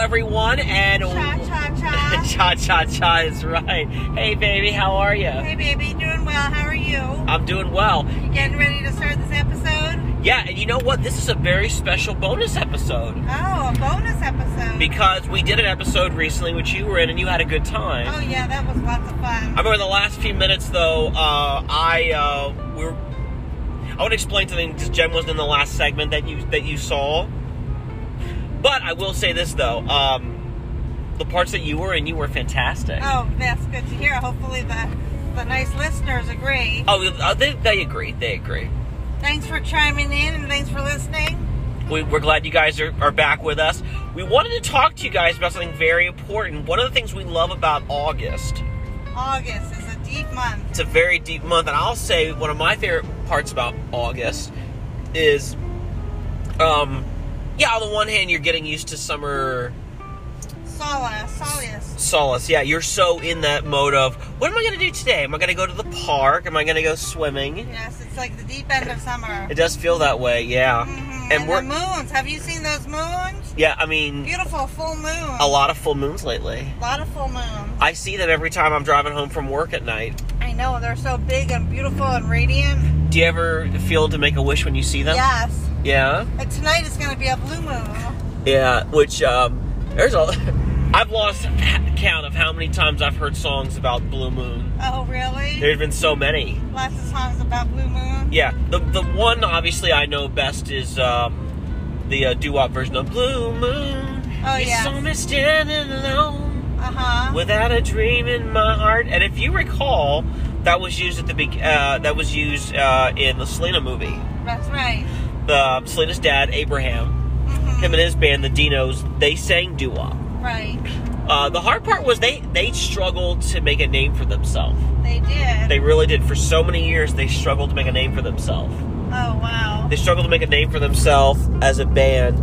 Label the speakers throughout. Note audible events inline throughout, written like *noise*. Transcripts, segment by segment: Speaker 1: everyone, and
Speaker 2: Cha cha
Speaker 1: *laughs*
Speaker 2: cha.
Speaker 1: cha cha cha is right. Hey, baby, how are you?
Speaker 2: hey baby, doing well. How are you?
Speaker 1: I'm doing well.
Speaker 2: You getting ready to start this episode?
Speaker 1: Yeah, and you know what? This is a very special bonus episode
Speaker 2: Oh, a bonus episode.
Speaker 1: because we did an episode recently which you were in, and you had a good time.
Speaker 2: oh yeah, that was lots of
Speaker 1: I
Speaker 2: fun.
Speaker 1: remember the last few minutes though. Uh, I uh, we were. I want to explain something because Jen wasn't in the last segment that you that you saw. But I will say this though. Um, the parts that you were in, you were fantastic.
Speaker 2: Oh, that's good to hear. Hopefully the the nice listeners agree.
Speaker 1: Oh, uh, they, they agree. They agree.
Speaker 2: Thanks for chiming in and thanks for listening.
Speaker 1: We, we're glad you guys are, are back with us. We wanted to talk to you guys about something very important. One of the things we love about August,
Speaker 2: August is a deep month.
Speaker 1: it's a very deep month, and I'll say one of my favorite parts about August is, um, yeah, on the one hand, you're getting used to summer
Speaker 2: Solace, solace.
Speaker 1: solace. Yeah, you're so in that mode of, what am I going to do today? Am I going to go to the park? Am I going to go swimming?
Speaker 2: Yes, it's like the deep end of summer.
Speaker 1: It does feel that way, yeah.
Speaker 2: Mhm.
Speaker 1: And
Speaker 2: And
Speaker 1: we're-
Speaker 2: the moons. Have you seen those moons?
Speaker 1: Yeah, I mean,
Speaker 2: Beautiful full moon.
Speaker 1: a lot of full moons lately.
Speaker 2: A lot of full moons.
Speaker 1: I see them every time I'm driving home from work at night.
Speaker 2: I know they're so big and beautiful and radiant.
Speaker 1: Do you ever feel to make a wish when you see them?
Speaker 2: Yes.
Speaker 1: Yeah.
Speaker 2: Like tonight is going to be a blue moon.
Speaker 1: Yeah, Which um, there's a. *laughs* I've lost count of how many times I've heard songs about blue moon.
Speaker 2: Oh, really?
Speaker 1: There's been so many.
Speaker 2: Lots of songs about blue moon.
Speaker 1: Yeah. The the one obviously I know best is um, the uh, doo-wop version of Blue Moon.
Speaker 2: Oh,
Speaker 1: It's
Speaker 2: yes.
Speaker 1: summer standing alone
Speaker 2: Uh huh.
Speaker 1: without a dream in my heart. And if you recall, that was used at the be- uh, that was used uh, in the Selena movie.
Speaker 2: That's right.
Speaker 1: the Selena's dad, Abraham,
Speaker 2: hmm
Speaker 1: him and his band, the Dinos, they sang doo wop.
Speaker 2: Right.
Speaker 1: Uh, the hard part was they they struggled to make a name for themselves.
Speaker 2: They did.
Speaker 1: They really did. For so many years, they struggled to make a name for themselves.
Speaker 2: oh, wow.
Speaker 1: They struggled to make a name for themselves as a band,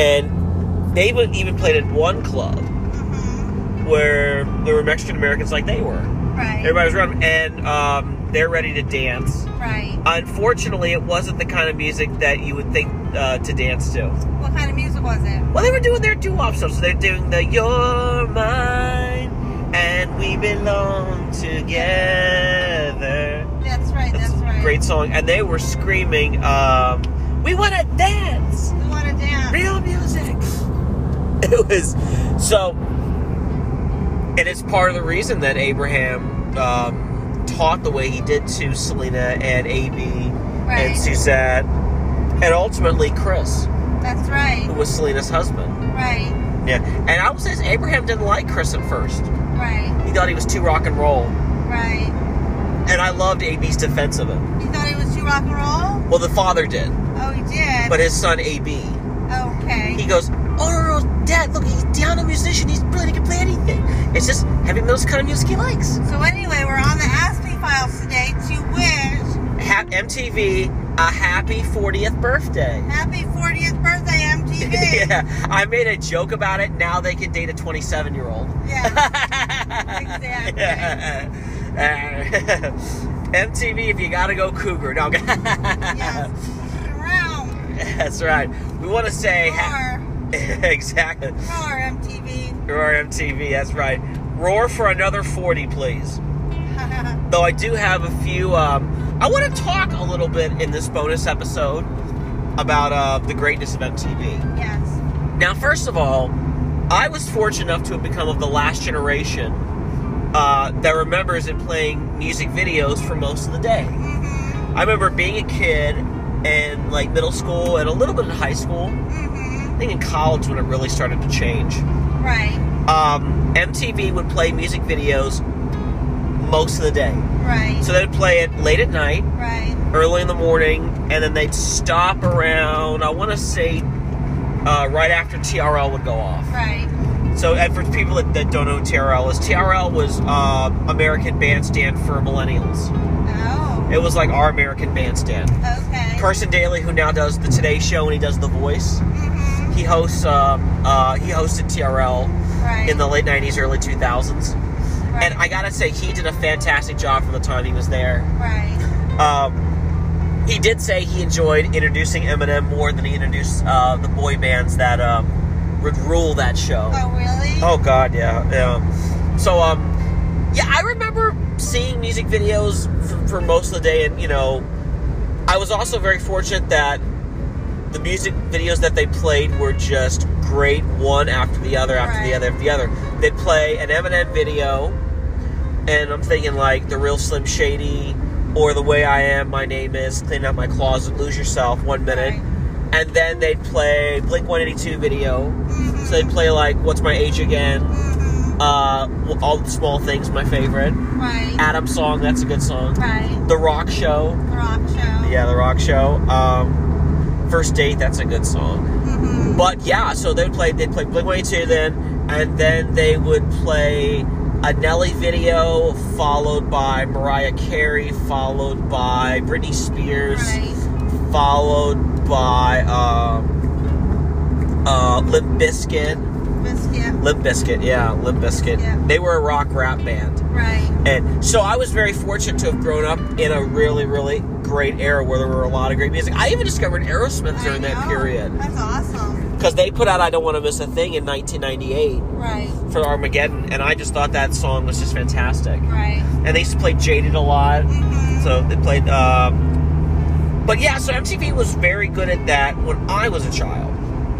Speaker 1: and they would- even played at one club
Speaker 2: hmm
Speaker 1: where there were Mexican Americans like they were.
Speaker 2: Right.
Speaker 1: Everybody was around, 'em, and um, they're ready to dance.
Speaker 2: Right.
Speaker 1: Unfortunately, it wasn't the kind of music that you would think uh, to dance to.
Speaker 2: What kind of music was it?
Speaker 1: Well, they were doing their doo-wop stuff, so they're doing the "You're Mine" and "We Belong Together."
Speaker 2: That's right. That's,
Speaker 1: a
Speaker 2: right.
Speaker 1: great song, and they were screaming, um, "We want to dance,
Speaker 2: We want to dance.
Speaker 1: real music." *laughs* It was so, and it's part of the reason that Abraham um, taught the way he did to Selena and AB
Speaker 2: Right.
Speaker 1: and Suzette, and ultimately Chris,
Speaker 2: That's
Speaker 1: who
Speaker 2: right.
Speaker 1: was Selena's husband.
Speaker 2: Right.
Speaker 1: Yeah, and I would say this, Abraham didn't like Chris at first.
Speaker 2: Right.
Speaker 1: He thought he was too rock and roll,
Speaker 2: Right.
Speaker 1: and I loved AB's defense of him.
Speaker 2: You thought it was too rock and roll?
Speaker 1: Well, the father did,
Speaker 2: Oh, he did.
Speaker 1: but his son AB,
Speaker 2: okay.
Speaker 1: he goes, "Oh no, no, Dad, look, he's down a musician. He's brilliant. He can play anything. It's just heavy metal's the kind of music he likes."
Speaker 2: So anyway, we're on the Ask Me Files today to wish
Speaker 1: Ha- MTV, a happy 40th birthday. *laughs*
Speaker 2: happy 40th birthday MTV.
Speaker 1: yeah, I made a joke about it. Now they can date a 27-year-old.
Speaker 2: Yeah,
Speaker 1: exactly. *laughs*
Speaker 2: Exactly.
Speaker 1: MTV, if you gotta go Cougar. No,
Speaker 2: yes.
Speaker 1: *laughs*
Speaker 2: Around.
Speaker 1: that's right. We want to say ha- *laughs*
Speaker 2: Roar.
Speaker 1: exactly.
Speaker 2: Roar MTV.
Speaker 1: Roar MTV. That's right. Roar for another forty, please. Though I do have a few. Um, I want to talk a little bit in this bonus episode about uh, the greatness of MTV.
Speaker 2: *laughs* yes.
Speaker 1: Now, first of all, I was fortunate enough to have become of the last generation uh, that remembers it playing music videos for most of the day.
Speaker 2: Mm-hmm.
Speaker 1: I remember being a kid in like middle school and a little bit in high school.
Speaker 2: Mm-hmm.
Speaker 1: I think in college when it really started to change.
Speaker 2: Right.
Speaker 1: Um, MTV would play music videos most of the day.
Speaker 2: Right.
Speaker 1: So they'd play it late at night,
Speaker 2: right.
Speaker 1: early in the morning, and then they'd stop around, I want to say, uh, right after TRL would go off.
Speaker 2: Right.
Speaker 1: So, and for people that, that don't know what TRL is, TRL was uh, American Bandstand for Millennials.
Speaker 2: Oh.
Speaker 1: It was like our American Bandstand.
Speaker 2: Okay.
Speaker 1: Carson Daly, who now does the Today Show and he does The Voice,
Speaker 2: mm-hmm.
Speaker 1: he hosts um, uh, he hosted TRL
Speaker 2: Right.
Speaker 1: in the late '90s, early 2000s,
Speaker 2: right.
Speaker 1: and I gotta say he did a fantastic job for the time he was there.
Speaker 2: Right.
Speaker 1: Um, he did say he enjoyed introducing Eminem more than he introduced uh, the boy bands that um, would rule that show.
Speaker 2: Oh, really?
Speaker 1: Oh God, yeah, yeah. So um, yeah, I remember seeing music videos for, for most of the day, and you know, I was also very fortunate that the music videos that they played were just great, one after the other, after the
Speaker 2: Right.
Speaker 1: other, after the other. They'd play an Eminem video, and I'm thinking like the real Slim Shady. Or the way I am, my name is. Clean out my closet, lose yourself. One minute, and then they'd play Blink 182 video,
Speaker 2: Mhm.
Speaker 1: so they play like "What's My Age Again,"
Speaker 2: Mhm.
Speaker 1: uh, "All the Small Things," my favorite.
Speaker 2: Right.
Speaker 1: Adam song, that's a good song.
Speaker 2: Right.
Speaker 1: The Rock Show,
Speaker 2: The rock show.
Speaker 1: yeah, The Rock Show. Um, First Date, that's a good song.
Speaker 2: Mhm.
Speaker 1: But yeah, so they'd play they'd play Blink 182 then, and then they would play a Nelly video followed by Mariah Carey, followed by Britney Spears,
Speaker 2: Right.
Speaker 1: followed by um, uh, Limp Bizkit.
Speaker 2: Biscuit.
Speaker 1: Limp Biscuit, yeah, Limp Biscuit.
Speaker 2: Yeah.
Speaker 1: They were a rock rap band.
Speaker 2: Right.
Speaker 1: And so I was very fortunate to have grown up in a really, really great era where there were a lot of great music. I even discovered Aerosmith
Speaker 2: I
Speaker 1: during that
Speaker 2: know.
Speaker 1: period.
Speaker 2: That's awesome.
Speaker 1: Because they put out I Don't Want to Miss a Thing in 1998
Speaker 2: Right.
Speaker 1: for Armageddon, and I just thought that song was just fantastic.
Speaker 2: Right.
Speaker 1: And they used to play Jaded a lot.
Speaker 2: Mhm.
Speaker 1: So they played. Um, but yeah, so MTV was very good at that when I was a child.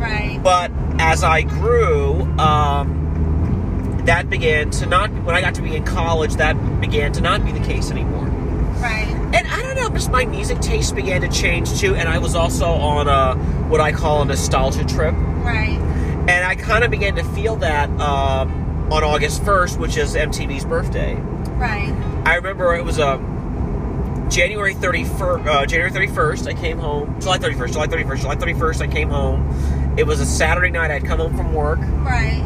Speaker 2: Right.
Speaker 1: But as I grew, um, that began to not. When I got to be in college, that began to not be the case anymore.
Speaker 2: Right.
Speaker 1: And I don't know, just my music taste began to change too. And I was also on a what I call a nostalgia trip,
Speaker 2: Right.
Speaker 1: and I kind of began to feel that um, on August first, which is MTV's birthday.
Speaker 2: Right.
Speaker 1: I remember it was um, January 31st, uh, January 31st, I came home. July 31st, July 31st, July 31st, I came home. It was a Saturday night. I'd come home from work.
Speaker 2: Right.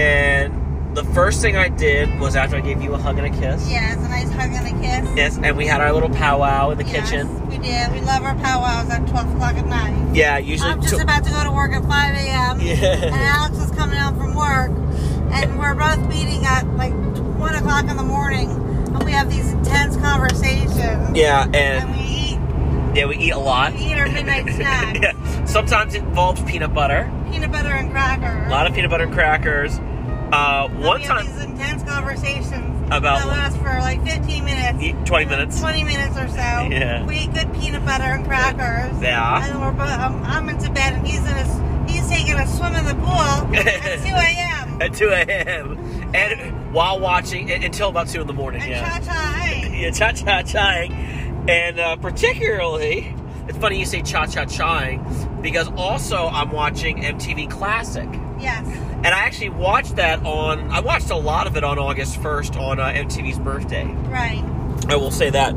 Speaker 1: And the first thing I did was after I gave you a hug and a kiss.
Speaker 2: Yeah, it's a nice hug and a kiss.
Speaker 1: Yes, and we had our little powwow in the
Speaker 2: Yes,
Speaker 1: kitchen.
Speaker 2: We did. We love our powwows at 12 o'clock at night.
Speaker 1: Yeah, usually.
Speaker 2: I'm just
Speaker 1: to-
Speaker 2: about to go to work at 5 a.m. And
Speaker 1: yeah.
Speaker 2: Alex is coming out from work. And we're both meeting at like 1 o'clock in the morning. And we have these intense conversations.
Speaker 1: Yeah,
Speaker 2: And
Speaker 1: and
Speaker 2: we eat,
Speaker 1: yeah, we eat a lot. *laughs*
Speaker 2: we eat our midnight snack.
Speaker 1: yeah. Sometimes it involves peanut butter,
Speaker 2: Peanut butter and crackers.
Speaker 1: a lot of peanut butter and crackers. Uh,
Speaker 2: And
Speaker 1: one
Speaker 2: we
Speaker 1: time,
Speaker 2: Have these intense conversations
Speaker 1: About-
Speaker 2: that last for like 15 minutes.
Speaker 1: Ye- 20 minutes.
Speaker 2: 20 minutes or so.
Speaker 1: *laughs* Yeah.
Speaker 2: We eat good peanut butter and crackers.
Speaker 1: Yeah.
Speaker 2: And we're both, um, I'm into bed and he's in his, he's taking a swim in the
Speaker 1: *laughs*
Speaker 2: pool at 2 a.m.
Speaker 1: at 2 a.m. and while watching u- until about 2 in the morning.
Speaker 2: And
Speaker 1: yeah.
Speaker 2: cha cha
Speaker 1: *laughs*
Speaker 2: hey.
Speaker 1: Yeah, cha cha chaing. And uh, particularly, it's funny you say cha cha chaing because also I'm watching MTV Classic.
Speaker 2: Yes.
Speaker 1: And I actually watched that on, I watched a lot of it on August 1st on uh, MTV's birthday.
Speaker 2: Right.
Speaker 1: I will say that.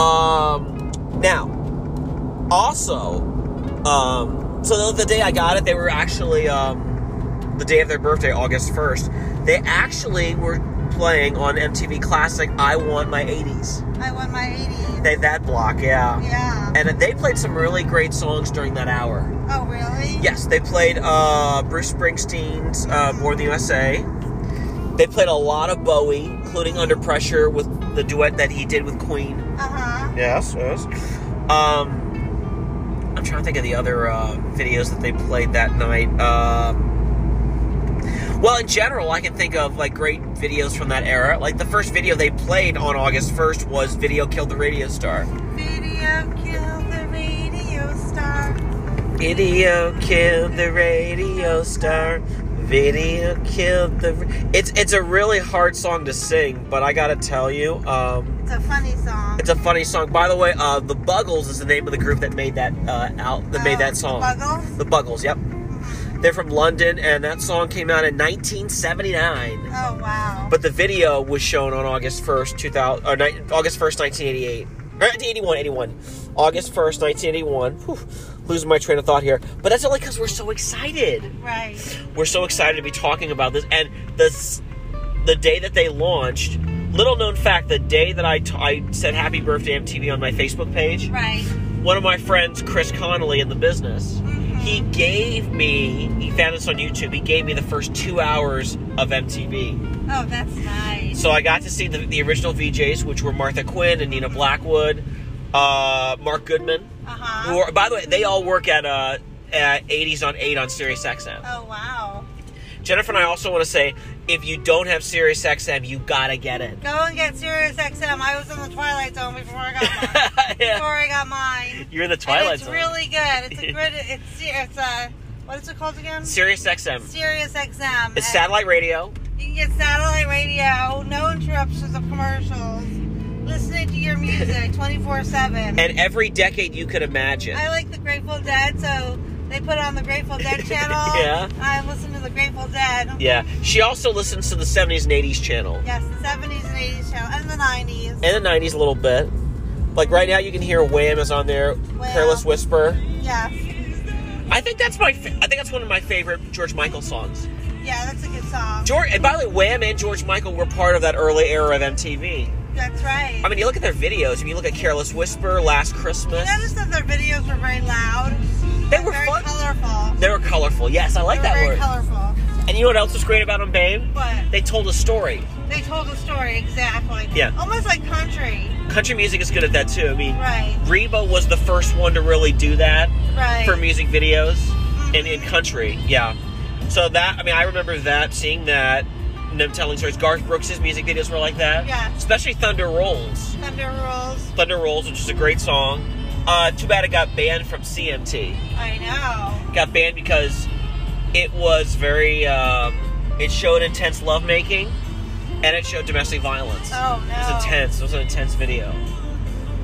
Speaker 1: Um, now, also, um, so the, the day I got it, they were actually, um, the day of their birthday, August 1st, they actually were playing on MTV Classic I Want My 80s.
Speaker 2: I won my 80s.
Speaker 1: They that block, yeah.
Speaker 2: yeah.
Speaker 1: And they played some really great songs during that hour.
Speaker 2: oh, really?
Speaker 1: Yes, they played uh, Bruce Springsteen's uh, "Born in the USA." They played a lot of Bowie, including "Under Pressure" with the duet that he did with Queen.
Speaker 2: Uh huh.
Speaker 1: Yes, yes. Um, I'm trying to think of the other uh, videos that they played that night. Uh, well, in general, I can think of like great videos from that era. Like the first video they played on August 1st was "Video Killed the Radio Star."
Speaker 2: Video killed the radio star.
Speaker 1: Video killed the radio star. Video killed the. It's it's a really hard song to sing, but I gotta tell you, um,
Speaker 2: It's a funny song.
Speaker 1: it's a funny song. By the way, uh, the Buggles is the name of the group that made that uh, out that made
Speaker 2: Oh,
Speaker 1: that song.
Speaker 2: Buggles?
Speaker 1: The Buggles, yep. They're from London, and that song came out in 1979.
Speaker 2: Oh, wow.
Speaker 1: But the video was shown on August 1st, 2000, or ni- August 1st, 1988. Or 81, 81. August 1st, 1981. Whew, losing my train of thought here. But that's only because we're so excited.
Speaker 2: right.
Speaker 1: We're so excited to be talking about this. And this, the day that they launched, little known fact, the day that I, t- I said happy birthday MTV on my Facebook page,
Speaker 2: Right.
Speaker 1: one of my friends, Chris Connolly in the business, he gave me, he found this on YouTube, he gave me the first two hours of MTV.
Speaker 2: Oh, that's nice.
Speaker 1: So I got to see the, the original VJs, which were Martha Quinn and Nina Blackwood, uh, Mark Goodman.
Speaker 2: Uh huh.
Speaker 1: Who are, by the way, they all work at uh, uh, 80s on 8 on Sirius XM.
Speaker 2: Oh wow.
Speaker 1: Jennifer and I also want to say if you don't have Sirius XM, you gotta get it.
Speaker 2: Go and get Sirius XM. I was in the Twilight Zone before I got mine.
Speaker 1: *laughs* *laughs* Yeah.
Speaker 2: Before I got mine.
Speaker 1: You're in the
Speaker 2: And
Speaker 1: Twilight
Speaker 2: it's
Speaker 1: Zone.
Speaker 2: really
Speaker 1: *laughs*
Speaker 2: good. It's a good. It's it's uh, what is it called again?
Speaker 1: Sirius XM.
Speaker 2: Sirius XM.
Speaker 1: It's
Speaker 2: And
Speaker 1: satellite radio.
Speaker 2: You can get satellite radio, no interruptions of commercials, listening to your
Speaker 1: *laughs*
Speaker 2: music 24 7.
Speaker 1: and every decade you could imagine.
Speaker 2: I like the Grateful Dead, so they put on the Grateful Dead channel.
Speaker 1: *laughs* Yeah.
Speaker 2: and I listen to the Grateful Dead.
Speaker 1: Yeah. She also listens to the 70s and 80s channel
Speaker 2: Yes, the 70s and 80s channel, and the 90s.
Speaker 1: and the 90s a little bit. Like right now, you can hear Wham is on there, Careless Whisper.
Speaker 2: yes.
Speaker 1: I think that's my. Fa- I think that's one of my favorite George Michael songs.
Speaker 2: Yeah, that's a good song.
Speaker 1: George, and by the way, Wham and George Michael were part of that early era of MTV.
Speaker 2: That's right.
Speaker 1: I mean, you look at their videos. I mean, you look at Careless Whisper, Last Christmas.
Speaker 2: I noticed that their videos were very loud.
Speaker 1: They
Speaker 2: and
Speaker 1: were
Speaker 2: very
Speaker 1: fun.
Speaker 2: colorful.
Speaker 1: They were colorful. Yes, I like
Speaker 2: they
Speaker 1: that
Speaker 2: were very
Speaker 1: word.
Speaker 2: colorful.
Speaker 1: And you know what else was great about them, babe?
Speaker 2: But
Speaker 1: They told a story.
Speaker 2: they told the story exactly.
Speaker 1: Yeah.
Speaker 2: Almost like country.
Speaker 1: Country music is good at that too. I mean,
Speaker 2: Right.
Speaker 1: Reba was the first one to really do that.
Speaker 2: Right.
Speaker 1: for music videos and in country. Yeah. So that I mean, I remember that seeing that and them telling stories. Garth Brooks' music videos were like that.
Speaker 2: Yeah.
Speaker 1: Especially Thunder Rolls.
Speaker 2: Thunder rolls.
Speaker 1: Thunder Rolls, which is a great song. Uh, too bad it got banned from CMT.
Speaker 2: I know.
Speaker 1: Got banned because it was very. Um, it showed intense lovemaking, and it showed domestic violence.
Speaker 2: Oh no.
Speaker 1: It was intense. It was an intense video.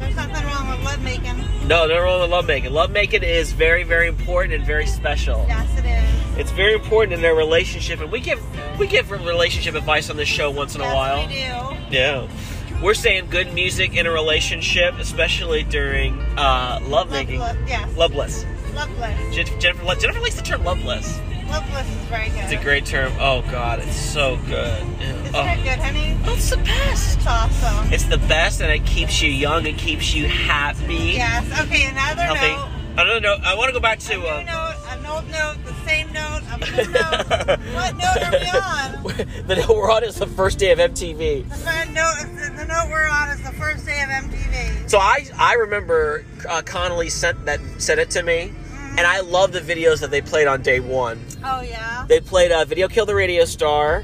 Speaker 2: There's nothing wrong with love making.
Speaker 1: No, no wrong with lovemaking. Lovemaking is very, very important and very special.
Speaker 2: Yes, it is.
Speaker 1: It's very important in their relationship, and we give we give relationship advice on this show once in a
Speaker 2: yes,
Speaker 1: while.
Speaker 2: we do.
Speaker 1: Yeah, we're saying good music in a relationship, especially during uh, lovemaking.
Speaker 2: Loveless. Yes.
Speaker 1: Loveless.
Speaker 2: Loveless.
Speaker 1: Jen- Jennifer, lo- Jennifer likes the term loveless.
Speaker 2: Loveless is very good.
Speaker 1: It's a great term. Oh God, it's so good. Yeah.
Speaker 2: It's very
Speaker 1: Oh.
Speaker 2: good, honey.
Speaker 1: oh, it's the best.
Speaker 2: It's awesome.
Speaker 1: It's the best, and it keeps you young. It keeps you happy,
Speaker 2: Yes. Okay. Another
Speaker 1: healthy.
Speaker 2: note.
Speaker 1: I don't know. I want to go back
Speaker 2: A
Speaker 1: to.
Speaker 2: new
Speaker 1: Uh,
Speaker 2: note. An old note. The same note. A
Speaker 1: *laughs*
Speaker 2: new note. what note are we on?
Speaker 1: the note we're on is the first day of MTV.
Speaker 2: The fun note. The note we're on is the first day of MTV.
Speaker 1: So I I remember uh, Connolly sent that sent it to me, and I love the videos that they played on day one.
Speaker 2: Oh yeah.
Speaker 1: They played uh, "Video Kill the Radio Star."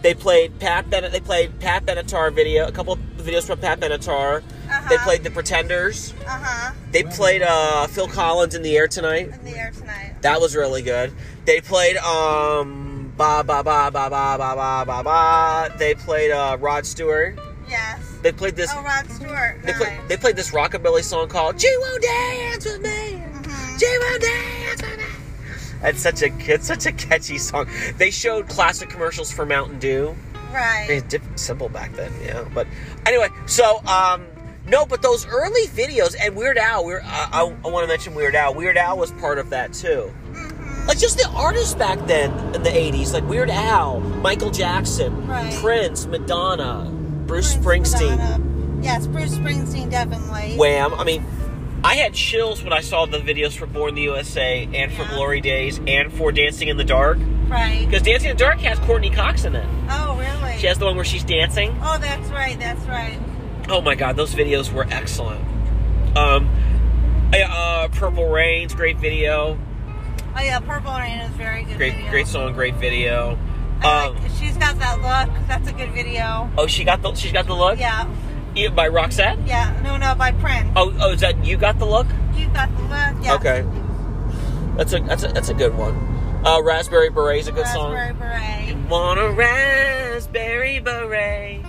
Speaker 1: They played Pat ben- They played Pat Benatar video. A couple of videos from Pat Benatar. They
Speaker 2: Uh-huh.
Speaker 1: played The Pretenders.
Speaker 2: Uh huh.
Speaker 1: They played uh, Phil Collins in the air tonight.
Speaker 2: In the air tonight.
Speaker 1: That was really good. They played um ba ba ba ba ba ba ba ba ba. They played uh, Rod Stewart.
Speaker 2: Yes.
Speaker 1: They played this.
Speaker 2: Oh, Rod Stewart.
Speaker 1: They,
Speaker 2: nice.
Speaker 1: play, they played this rockabilly song called "She Won't Dance with Me."
Speaker 2: Mhm.
Speaker 1: She won't dance with me. It's such a it's such a catchy song. They showed classic commercials for Mountain Dew. They
Speaker 2: Mm-hmm. Right.
Speaker 1: had different simple back then, yeah. But anyway, so um, no, but those early videos and Weird Al. We're, I, I, I want to mention Weird Al. Weird Al was part of that too.
Speaker 2: Mm-hmm.
Speaker 1: Like just the artists back then in the '80s, like Weird Al, Michael Jackson,
Speaker 2: Right.
Speaker 1: Prince, Madonna, Bruce
Speaker 2: Prince
Speaker 1: Springsteen.
Speaker 2: Madonna. Yes, Bruce Springsteen definitely.
Speaker 1: Wham! I mean, I had chills when I saw the videos for Born in the USA and for
Speaker 2: Yeah.
Speaker 1: Glory Days and for Dancing in the Dark.
Speaker 2: Right.
Speaker 1: Because Dancing in the Dark has Courtney Cox in it.
Speaker 2: Oh, really?
Speaker 1: She has the one where she's dancing.
Speaker 2: Oh, that's right. That's right.
Speaker 1: Oh my God, those videos were excellent. Um, I- uh, Purple Rain's great video,
Speaker 2: Oh yeah, Purple Rain is very good.
Speaker 1: great
Speaker 2: video.
Speaker 1: great song, great video.
Speaker 2: I
Speaker 1: Um,
Speaker 2: like- she's got that look. That's a good video.
Speaker 1: oh, she got the she's got the look.
Speaker 2: Yeah,
Speaker 1: Yeah, by Roxette.
Speaker 2: yeah. No, no, by Prince.
Speaker 1: Oh, oh, is that you got the look?
Speaker 2: You got the look. Yeah.
Speaker 1: Okay, that's a that's a that's a good one. Uh, Raspberry Beret's a good song.
Speaker 2: Raspberry Beret.
Speaker 1: Want a raspberry beret?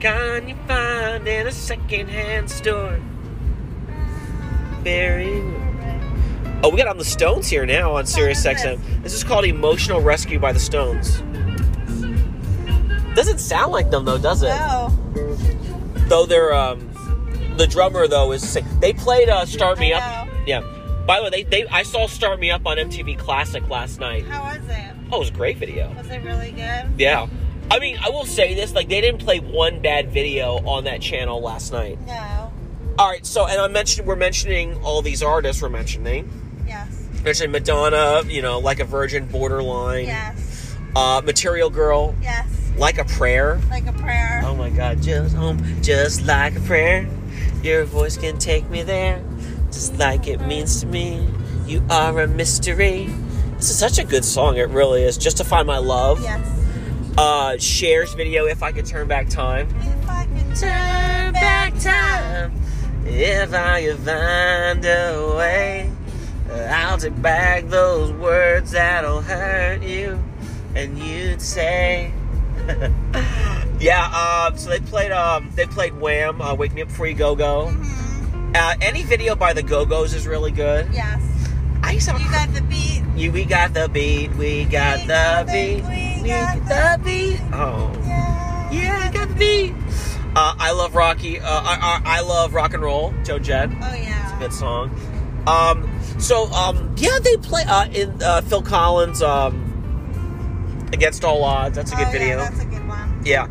Speaker 1: Can you find in a secondhand store? Berry. Oh, we got on the Stones here now on Sirius XM. This is called Emotional Rescue by the Stones. Doesn't sound like them though, does it?
Speaker 2: No.
Speaker 1: Though they're um, the drummer though is sick. They played uh, "Start Me
Speaker 2: I
Speaker 1: Up."
Speaker 2: know.
Speaker 1: Yeah. By the way, they, they I saw "Start Me Up" on MTV Classic last night.
Speaker 2: How was it?
Speaker 1: Oh, it was a great video.
Speaker 2: Was it really good?
Speaker 1: Yeah. I mean, I will say this, like they didn't play one bad video on that channel last night.
Speaker 2: No.
Speaker 1: All right, so and I mentioned we're mentioning all these artists we're mentioning.
Speaker 2: Yes.
Speaker 1: Mentioned Madonna, you know, like a virgin, borderline,
Speaker 2: Yes.
Speaker 1: uh, Material Girl,
Speaker 2: Yes.
Speaker 1: like a prayer.
Speaker 2: Like a prayer.
Speaker 1: Oh my God, just home, just like a prayer. Your voice can take me there, just like it means to me. You are a mystery. This is such a good song. It really is. Justify my love.
Speaker 2: Yes.
Speaker 1: Uh, shares video. If I could turn back time.
Speaker 2: If I can
Speaker 1: turn back time. If I could find a way, I'll take back those words that'll hurt you, and you'd say. *laughs* yeah. Um. So they played. Um. They played Wham. Uh, Wake Me Up Before You Go Go.
Speaker 2: Mhm.
Speaker 1: Uh, any video by the Go Go's is really good.
Speaker 2: Yes.
Speaker 1: I used to.
Speaker 2: You got the beat.
Speaker 1: You, we got the beat. We got
Speaker 2: We
Speaker 1: the
Speaker 2: got the-
Speaker 1: beat.
Speaker 2: we
Speaker 1: We
Speaker 2: got
Speaker 1: got the beat. Oh.
Speaker 2: Yeah.
Speaker 1: Yeah, I got the beat. Uh, I love Rocky. Uh, I, I, I love rock and roll. Joe Jett,
Speaker 2: Oh yeah.
Speaker 1: good song. Um, so um, yeah, they play uh, in uh, Phil Collins um, against all odds. That's a good
Speaker 2: oh,
Speaker 1: video.
Speaker 2: Yeah, that's a good one.
Speaker 1: Yeah,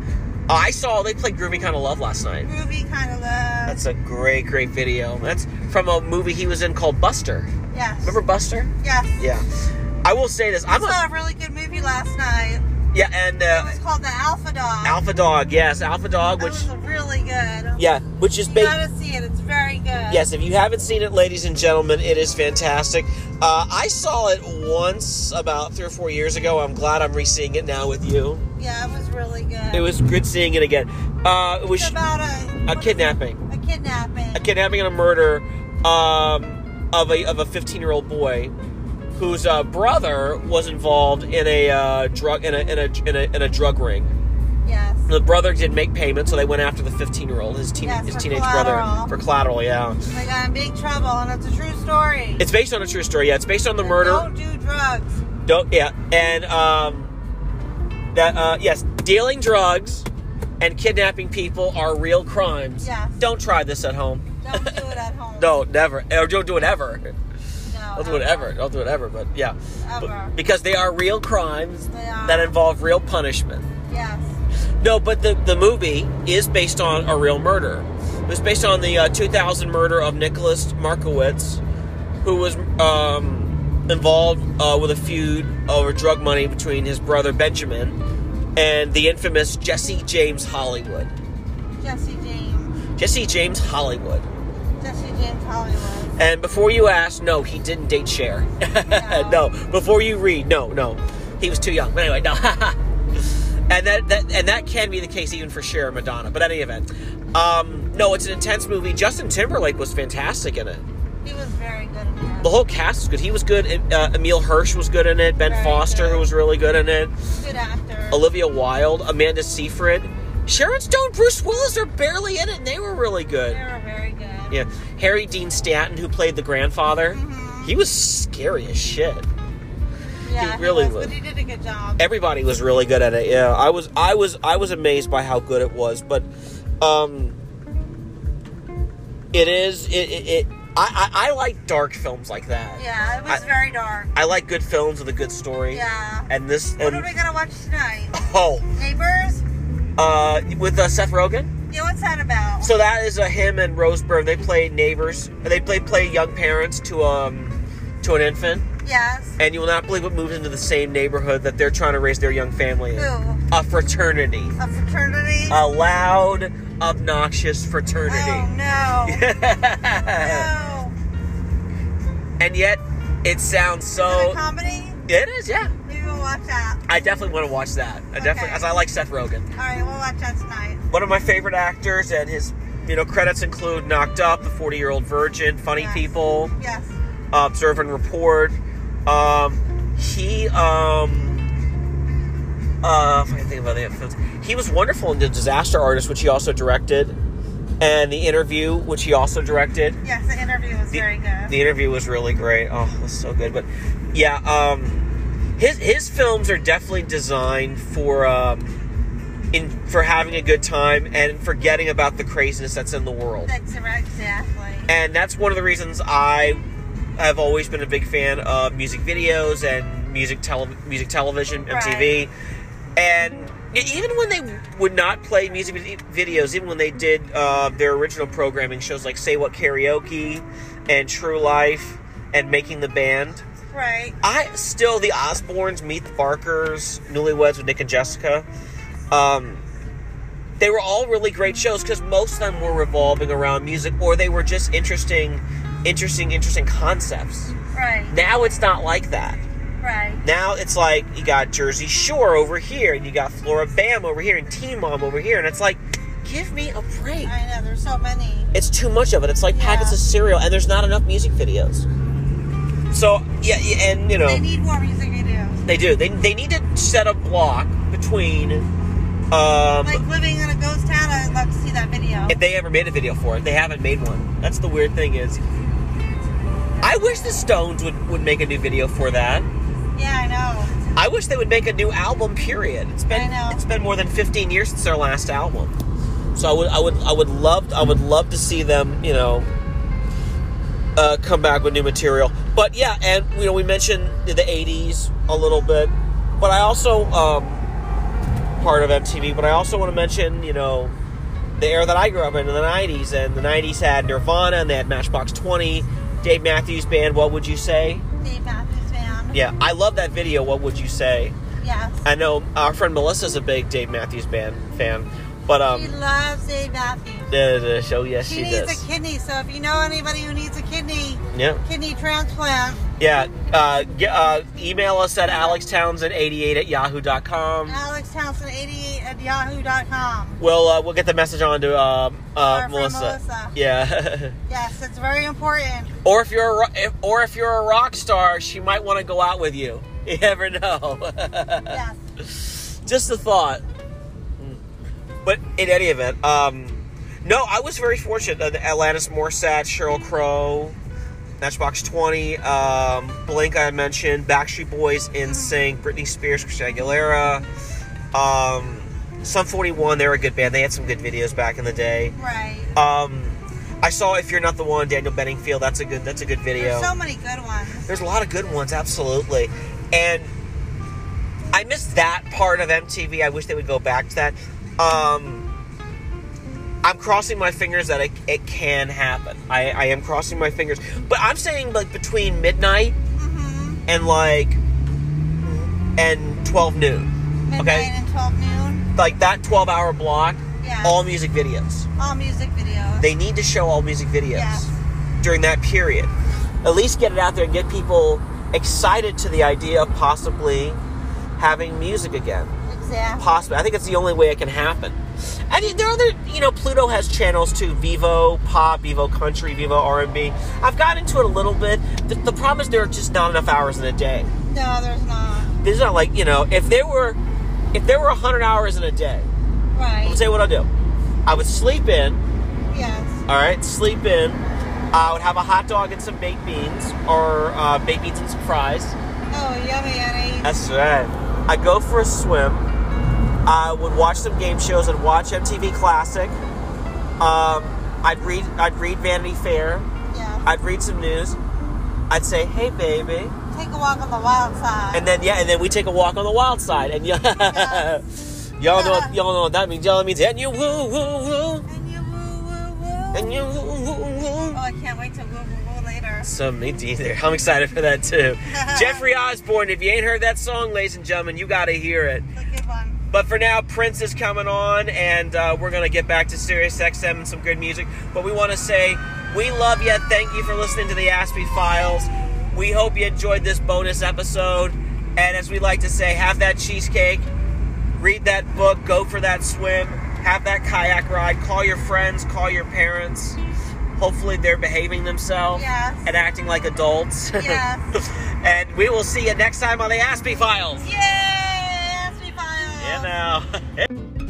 Speaker 1: uh, I saw they played Groovy Kind of Love last night.
Speaker 2: Groovy kind of love.
Speaker 1: That's a great, great video. That's from a movie he was in called Buster.
Speaker 2: yes.
Speaker 1: Remember Buster?
Speaker 2: Yes.
Speaker 1: Yeah. I will say this. I'm
Speaker 2: I saw
Speaker 1: a,
Speaker 2: a really good movie last night.
Speaker 1: yeah, and uh,
Speaker 2: It was called The Alpha Dog.
Speaker 1: Alpha Dog. Yes, Alpha Dog,
Speaker 2: That
Speaker 1: which
Speaker 2: was really good.
Speaker 1: yeah, which is
Speaker 2: You
Speaker 1: based.
Speaker 2: gotta see it. It's very good.
Speaker 1: Yes, if you haven't seen it, ladies and gentlemen, it is fantastic. Uh, I saw it once about three or four years ago. I'm glad I'm reseeing it now with you.
Speaker 2: Yeah, it was really good.
Speaker 1: It was good seeing it again. Uh, it was
Speaker 2: It's about a
Speaker 1: a
Speaker 2: what is
Speaker 1: kidnapping,
Speaker 2: it? A kidnapping.
Speaker 1: a kidnapping and a murder um, of a of a 15 year old boy whose uh, brother was involved in a uh, drug in a, in a in a in a drug ring.
Speaker 2: Yes.
Speaker 1: The brother did make payment, so they went after the 15 year old, his teen,
Speaker 2: Yes,
Speaker 1: his
Speaker 2: for
Speaker 1: teenage brother
Speaker 2: collateral.
Speaker 1: for collateral. Yeah,
Speaker 2: They got in big trouble, and it's a true story.
Speaker 1: it's based on a true story. Yeah, it's based on the murder.
Speaker 2: Don't do drugs.
Speaker 1: Don't yeah, and um, that uh, yes, dealing drugs and kidnapping people are real crimes.
Speaker 2: Yes.
Speaker 1: Don't try this at home.
Speaker 2: Don't do it at home.
Speaker 1: *laughs* No, never. Or don't do it ever.
Speaker 2: No,
Speaker 1: Don't do it ever. Don't do it ever. But yeah,
Speaker 2: Ever.
Speaker 1: But- because they are real crimes
Speaker 2: They are.
Speaker 1: that involve real punishment.
Speaker 2: Yes.
Speaker 1: No, but the the movie is based on a real murder. It was based on the uh, 2000 murder of Nicholas Markowitz, who was um, involved uh, with a feud over drug money between his brother Benjamin and the infamous Jesse James Hollywood.
Speaker 2: Jesse James.
Speaker 1: Jesse James Hollywood.
Speaker 2: Jesse James Hollywood.
Speaker 1: And before you ask, no, he didn't date Cher. *laughs* no.
Speaker 2: No.
Speaker 1: Before you read, no, no, he was too young. But anyway, no. *laughs* and that, that and that can be the case even for Cher and Madonna. But any event, um, no, it's an intense movie. Justin Timberlake was fantastic in it.
Speaker 2: He was very good in
Speaker 1: The
Speaker 2: that.
Speaker 1: whole cast was good. He was good. Uh, Emil Hirsch was good in it. Ben
Speaker 2: Very
Speaker 1: Foster,
Speaker 2: good.
Speaker 1: who was really good in it.
Speaker 2: Good actor.
Speaker 1: Olivia Wilde, Amanda Seyfried, Sharon Stone, Bruce Willis are barely in it, and they were really
Speaker 2: They
Speaker 1: good.
Speaker 2: were very good.
Speaker 1: Yeah, Harry Dean Stanton, who played the grandfather,
Speaker 2: Mm-hmm.
Speaker 1: he was scary as shit.
Speaker 2: Yeah,
Speaker 1: really
Speaker 2: was,
Speaker 1: was.
Speaker 2: But he did a good job.
Speaker 1: Everybody was really good at it. Yeah, I was, I was, I was amazed by how good it was. But, um, it is, it, it, it I, I, I like dark films like that.
Speaker 2: Yeah, it was
Speaker 1: I-
Speaker 2: very dark.
Speaker 1: I like good films with a good story.
Speaker 2: Yeah.
Speaker 1: And this,
Speaker 2: What are we
Speaker 1: and
Speaker 2: gonna watch tonight?
Speaker 1: oh,
Speaker 2: Neighbors?
Speaker 1: uh, with uh, Seth Rogen.
Speaker 2: Yeah, what's that about?
Speaker 1: So that is a him and Rose Byrne. They play neighbors. They play play young parents to um to an infant.
Speaker 2: yes.
Speaker 1: and you will not believe what moves into the same neighborhood that they're trying to raise their young family in.
Speaker 2: Who?
Speaker 1: A fraternity.
Speaker 2: A fraternity?
Speaker 1: A loud, obnoxious
Speaker 2: oh
Speaker 1: fraternity.
Speaker 2: no.
Speaker 1: *laughs*
Speaker 2: no.
Speaker 1: and yet, it sounds
Speaker 2: Is it
Speaker 1: so.
Speaker 2: a comedy?
Speaker 1: It is, yeah.
Speaker 2: Maybe we'll watch that.
Speaker 1: I definitely want to watch that. I definitely,
Speaker 2: Okay.
Speaker 1: as I like Seth Rogen,
Speaker 2: Alright, we'll watch that tonight.
Speaker 1: one of my favorite actors, and his, you know, credits include Knocked Up, The Forty Year Old Virgin, Funny
Speaker 2: Yes.
Speaker 1: People,
Speaker 2: Yes.
Speaker 1: uh, Observe and Report. Um, he, um, uh, if I can think of other films, he was wonderful in The Disaster Artist, which he also directed, and The Interview, which he also directed.
Speaker 2: Yes, the interview was very good.
Speaker 1: The Interview was really great. Oh, it was so good. But yeah, um, his his films are definitely designed for. Um, in, for having a good time and forgetting about the craziness that's in the world
Speaker 2: That's correct, exactly.
Speaker 1: and that's one of the reasons I have always been a big fan of music videos and music tele- music television, MTV, and e- even when they would not play music vid- videos, even when they did uh, their original programming shows like Say What Karaoke and True Life and Making the Band,
Speaker 2: Right.
Speaker 1: I still the Osbournes, Meet the Barkers, Newlyweds with Nick and Jessica. Um, they were all really great shows because most of them were revolving around music, or they were just interesting, interesting, interesting concepts.
Speaker 2: Right.
Speaker 1: Now it's not like that.
Speaker 2: Right.
Speaker 1: Now it's like you got Jersey Shore over here, and you got Floribama over here, and Team Mom over here, and it's like, give me a break.
Speaker 2: I know. There's so many.
Speaker 1: It's too much of it. It's like packets
Speaker 2: Yeah.
Speaker 1: of cereal, and there's not enough music videos. So yeah, yeah, and you know
Speaker 2: They need more music videos.
Speaker 1: they do. They, they need to set a block between. Um,
Speaker 2: Like living in a ghost town, I'd love to see that video.
Speaker 1: if they ever made a video for it, they haven't made one. That's the weird thing is. I wish the Stones would, would make a new video for that.
Speaker 2: Yeah, I know.
Speaker 1: I wish they would make a new album. Period. It's been
Speaker 2: I know.
Speaker 1: it's been more than 15 years since their last album. So I would I would I would love I would love to see them you know uh, come back with new material. But yeah, and you know we mentioned the 80s a little bit, but I also um, part of MTV. But I also want to mention you know the era that I grew up in in the 90s, and the 90s had Nirvana and they had Matchbox 20, Dave Matthews Band. What would you say?
Speaker 2: Dave Matthews Band.
Speaker 1: Yeah, I love that video. What would you say?
Speaker 2: Yes.
Speaker 1: I know our friend Melissa's a big Dave Matthews Band fan, but um,
Speaker 2: she loves Dave Matthews.
Speaker 1: the, the show yes
Speaker 2: She,
Speaker 1: she,
Speaker 2: needs
Speaker 1: does.
Speaker 2: a kidney, so if you know anybody who needs a kidney,
Speaker 1: Yeah,
Speaker 2: kidney transplant,
Speaker 1: yeah. Uh, ge- uh, email us at alextownsend88 at yahoo.com.
Speaker 2: Alex Townsend88 at yahoo.com.
Speaker 1: We'll uh, we'll get the message on to uh, uh,
Speaker 2: Our friend
Speaker 1: Melissa.
Speaker 2: Melissa.
Speaker 1: Yeah. *laughs*
Speaker 2: Yes, it's very important.
Speaker 1: or if you're a, ro- if, or if you're a rock star, she might want to go out with you. *laughs* You never know. *laughs* Uh,
Speaker 2: Yes.
Speaker 1: just a thought. But in any event, um, no, I was very fortunate. Uh, Atlantis Morissette, Cheryl Crow, Matchbox Twenty, um, Blink I mentioned, Backstreet Boys, In Sync, Britney Spears, Christina Aguilera, um, Sum Forty One. They're a good band. They had some good videos back in the day.
Speaker 2: Right.
Speaker 1: Um, I saw "If You're Not the One," Daniel Bedingfield. That's a good. That's a good video.
Speaker 2: There's so many good ones.
Speaker 1: There's a lot of good ones, absolutely. And I miss that part of MTV. I wish they would go back to that. Um, I'm crossing my fingers that it, it can happen. I, I am crossing my fingers. But I'm saying, like, between midnight
Speaker 2: Mm-hmm.
Speaker 1: and, like, and 12 noon.
Speaker 2: Midnight
Speaker 1: Okay.
Speaker 2: and 12 noon.
Speaker 1: Like, that 12 hour block,
Speaker 2: Yeah.
Speaker 1: all music videos.
Speaker 2: All music videos.
Speaker 1: They need to show all music videos
Speaker 2: Yes.
Speaker 1: during that period. At least get it out there and get people excited to the idea of possibly having music again.
Speaker 2: exactly.
Speaker 1: Possibly, I think it's the only way it can happen. I mean, there are other, you know, Pluto has channels too: Vivo Pop, Vivo Country, Vivo R and B. I've gotten into it a little bit. The, the problem is there are just not enough hours in a day.
Speaker 2: No, there's not.
Speaker 1: There's not like you know, if there were, if there were hundred hours in a day,
Speaker 2: Right.
Speaker 1: I would say what I'd do. I would sleep in.
Speaker 2: yes.
Speaker 1: All right, sleep in. I would have a hot dog and some baked beans, or uh, baked beans and some fries.
Speaker 2: Oh, yummy, Annie.
Speaker 1: That's right. I go for a swim. I would watch some game shows and watch MTV Classic. Um, I'd read. I'd read Vanity Fair.
Speaker 2: yes.
Speaker 1: I'd read some news. I'd say, "Hey, baby,"
Speaker 2: Take a walk on the wild side.
Speaker 1: and then yeah, and then we take a walk on the wild side, and *laughs* yeah, y'all know y'all know what that means. Y'all know what it means, and you woo woo woo,
Speaker 2: And you woo woo woo.
Speaker 1: and you woo woo woo.
Speaker 2: Oh, I can't wait to woo woo woo later.
Speaker 1: So me neither. I'm excited for that too. Jeffrey Osborne, if you ain't heard that song, ladies and gentlemen, you gotta hear it.
Speaker 2: It's a
Speaker 1: *laughs*
Speaker 2: good one.
Speaker 1: But for now, Prince is coming on, and uh, we're gonna get back to Sirius XM and some good music. But we want to say we love you. Thank you for listening to the Aspie Files. We hope you enjoyed this bonus episode. And as we like to say, have that cheesecake, read that book, go for that swim, have that kayak ride, call your friends, call your parents. Hopefully, they're behaving themselves
Speaker 2: Yes.
Speaker 1: and acting like adults. *laughs*
Speaker 2: Yes.
Speaker 1: and we will see you next time on the Aspie Files.
Speaker 2: Yay! Ask me files.
Speaker 1: Yeah, now. *laughs*